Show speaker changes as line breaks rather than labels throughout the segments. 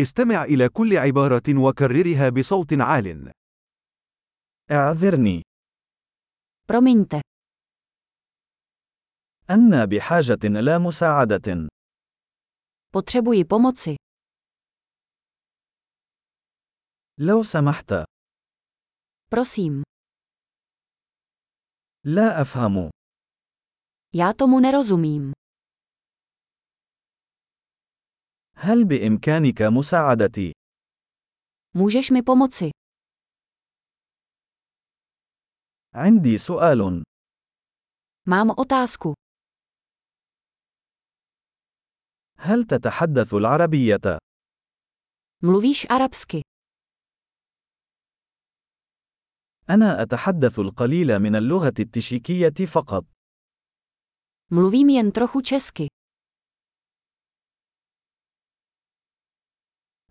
استمع إلى كل عبارة وكررها بصوت عال.
اعذرني
Promiňte,
أنا بحاجة إلى مساعدة.
potřebuji pomoci.
لو سمحت.
Prosím,
لا أفهم.
já tomu nerozumím.
هل بإمكانك مساعدتي؟
Můžeš mi pomoci?
عندي سؤال.
Mám otázku.
هل تتحدث العربية؟
Mluvíš arabsky?
أنا أتحدث القليل من اللغة التشيكية فقط.
Mluvím jen trochu česky.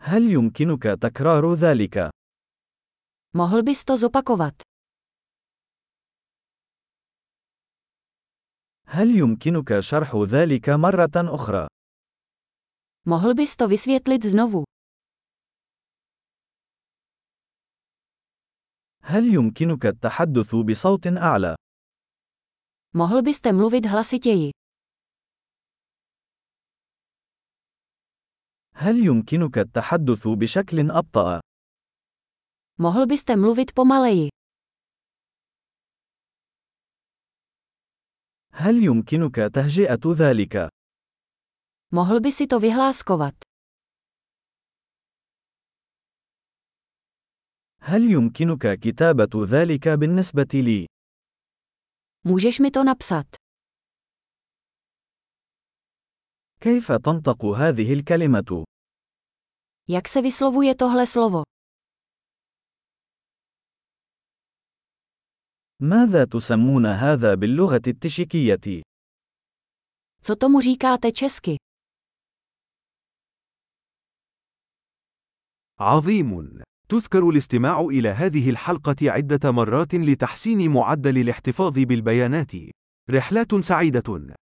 هل يمكنك تكرار ذلك؟
Mohl bys to zopakovat?
هل يمكنك شرح ذلك مرة أخرى؟
Mohl bys to vysvětlit znovu?
هل يمكنك التحدث بصوت أعلى؟
Mohl byste mluvit hlasitěji?
هل يمكنك التحدث بشكل أبطأ؟
Mohl byste mluvit pomaleji?
هل يمكنك تهجئة ذلك؟
Mohl by si to vyhláskovat?
هل يمكنك كتابة ذلك بالنسبة لي؟
Můžeš mi to napsat?
كيف تنطق هذه الكلمة؟
Jak se vyslovuje tohle slovo?
ماذا تسمون هذا باللغة التشيكية؟
Co tomu říkáte česky?
عظيم. تذكر الاستماع إلى هذه الحلقة عدة مرات لتحسين معدل الاحتفاظ بالبيانات. رحلات سعيدة.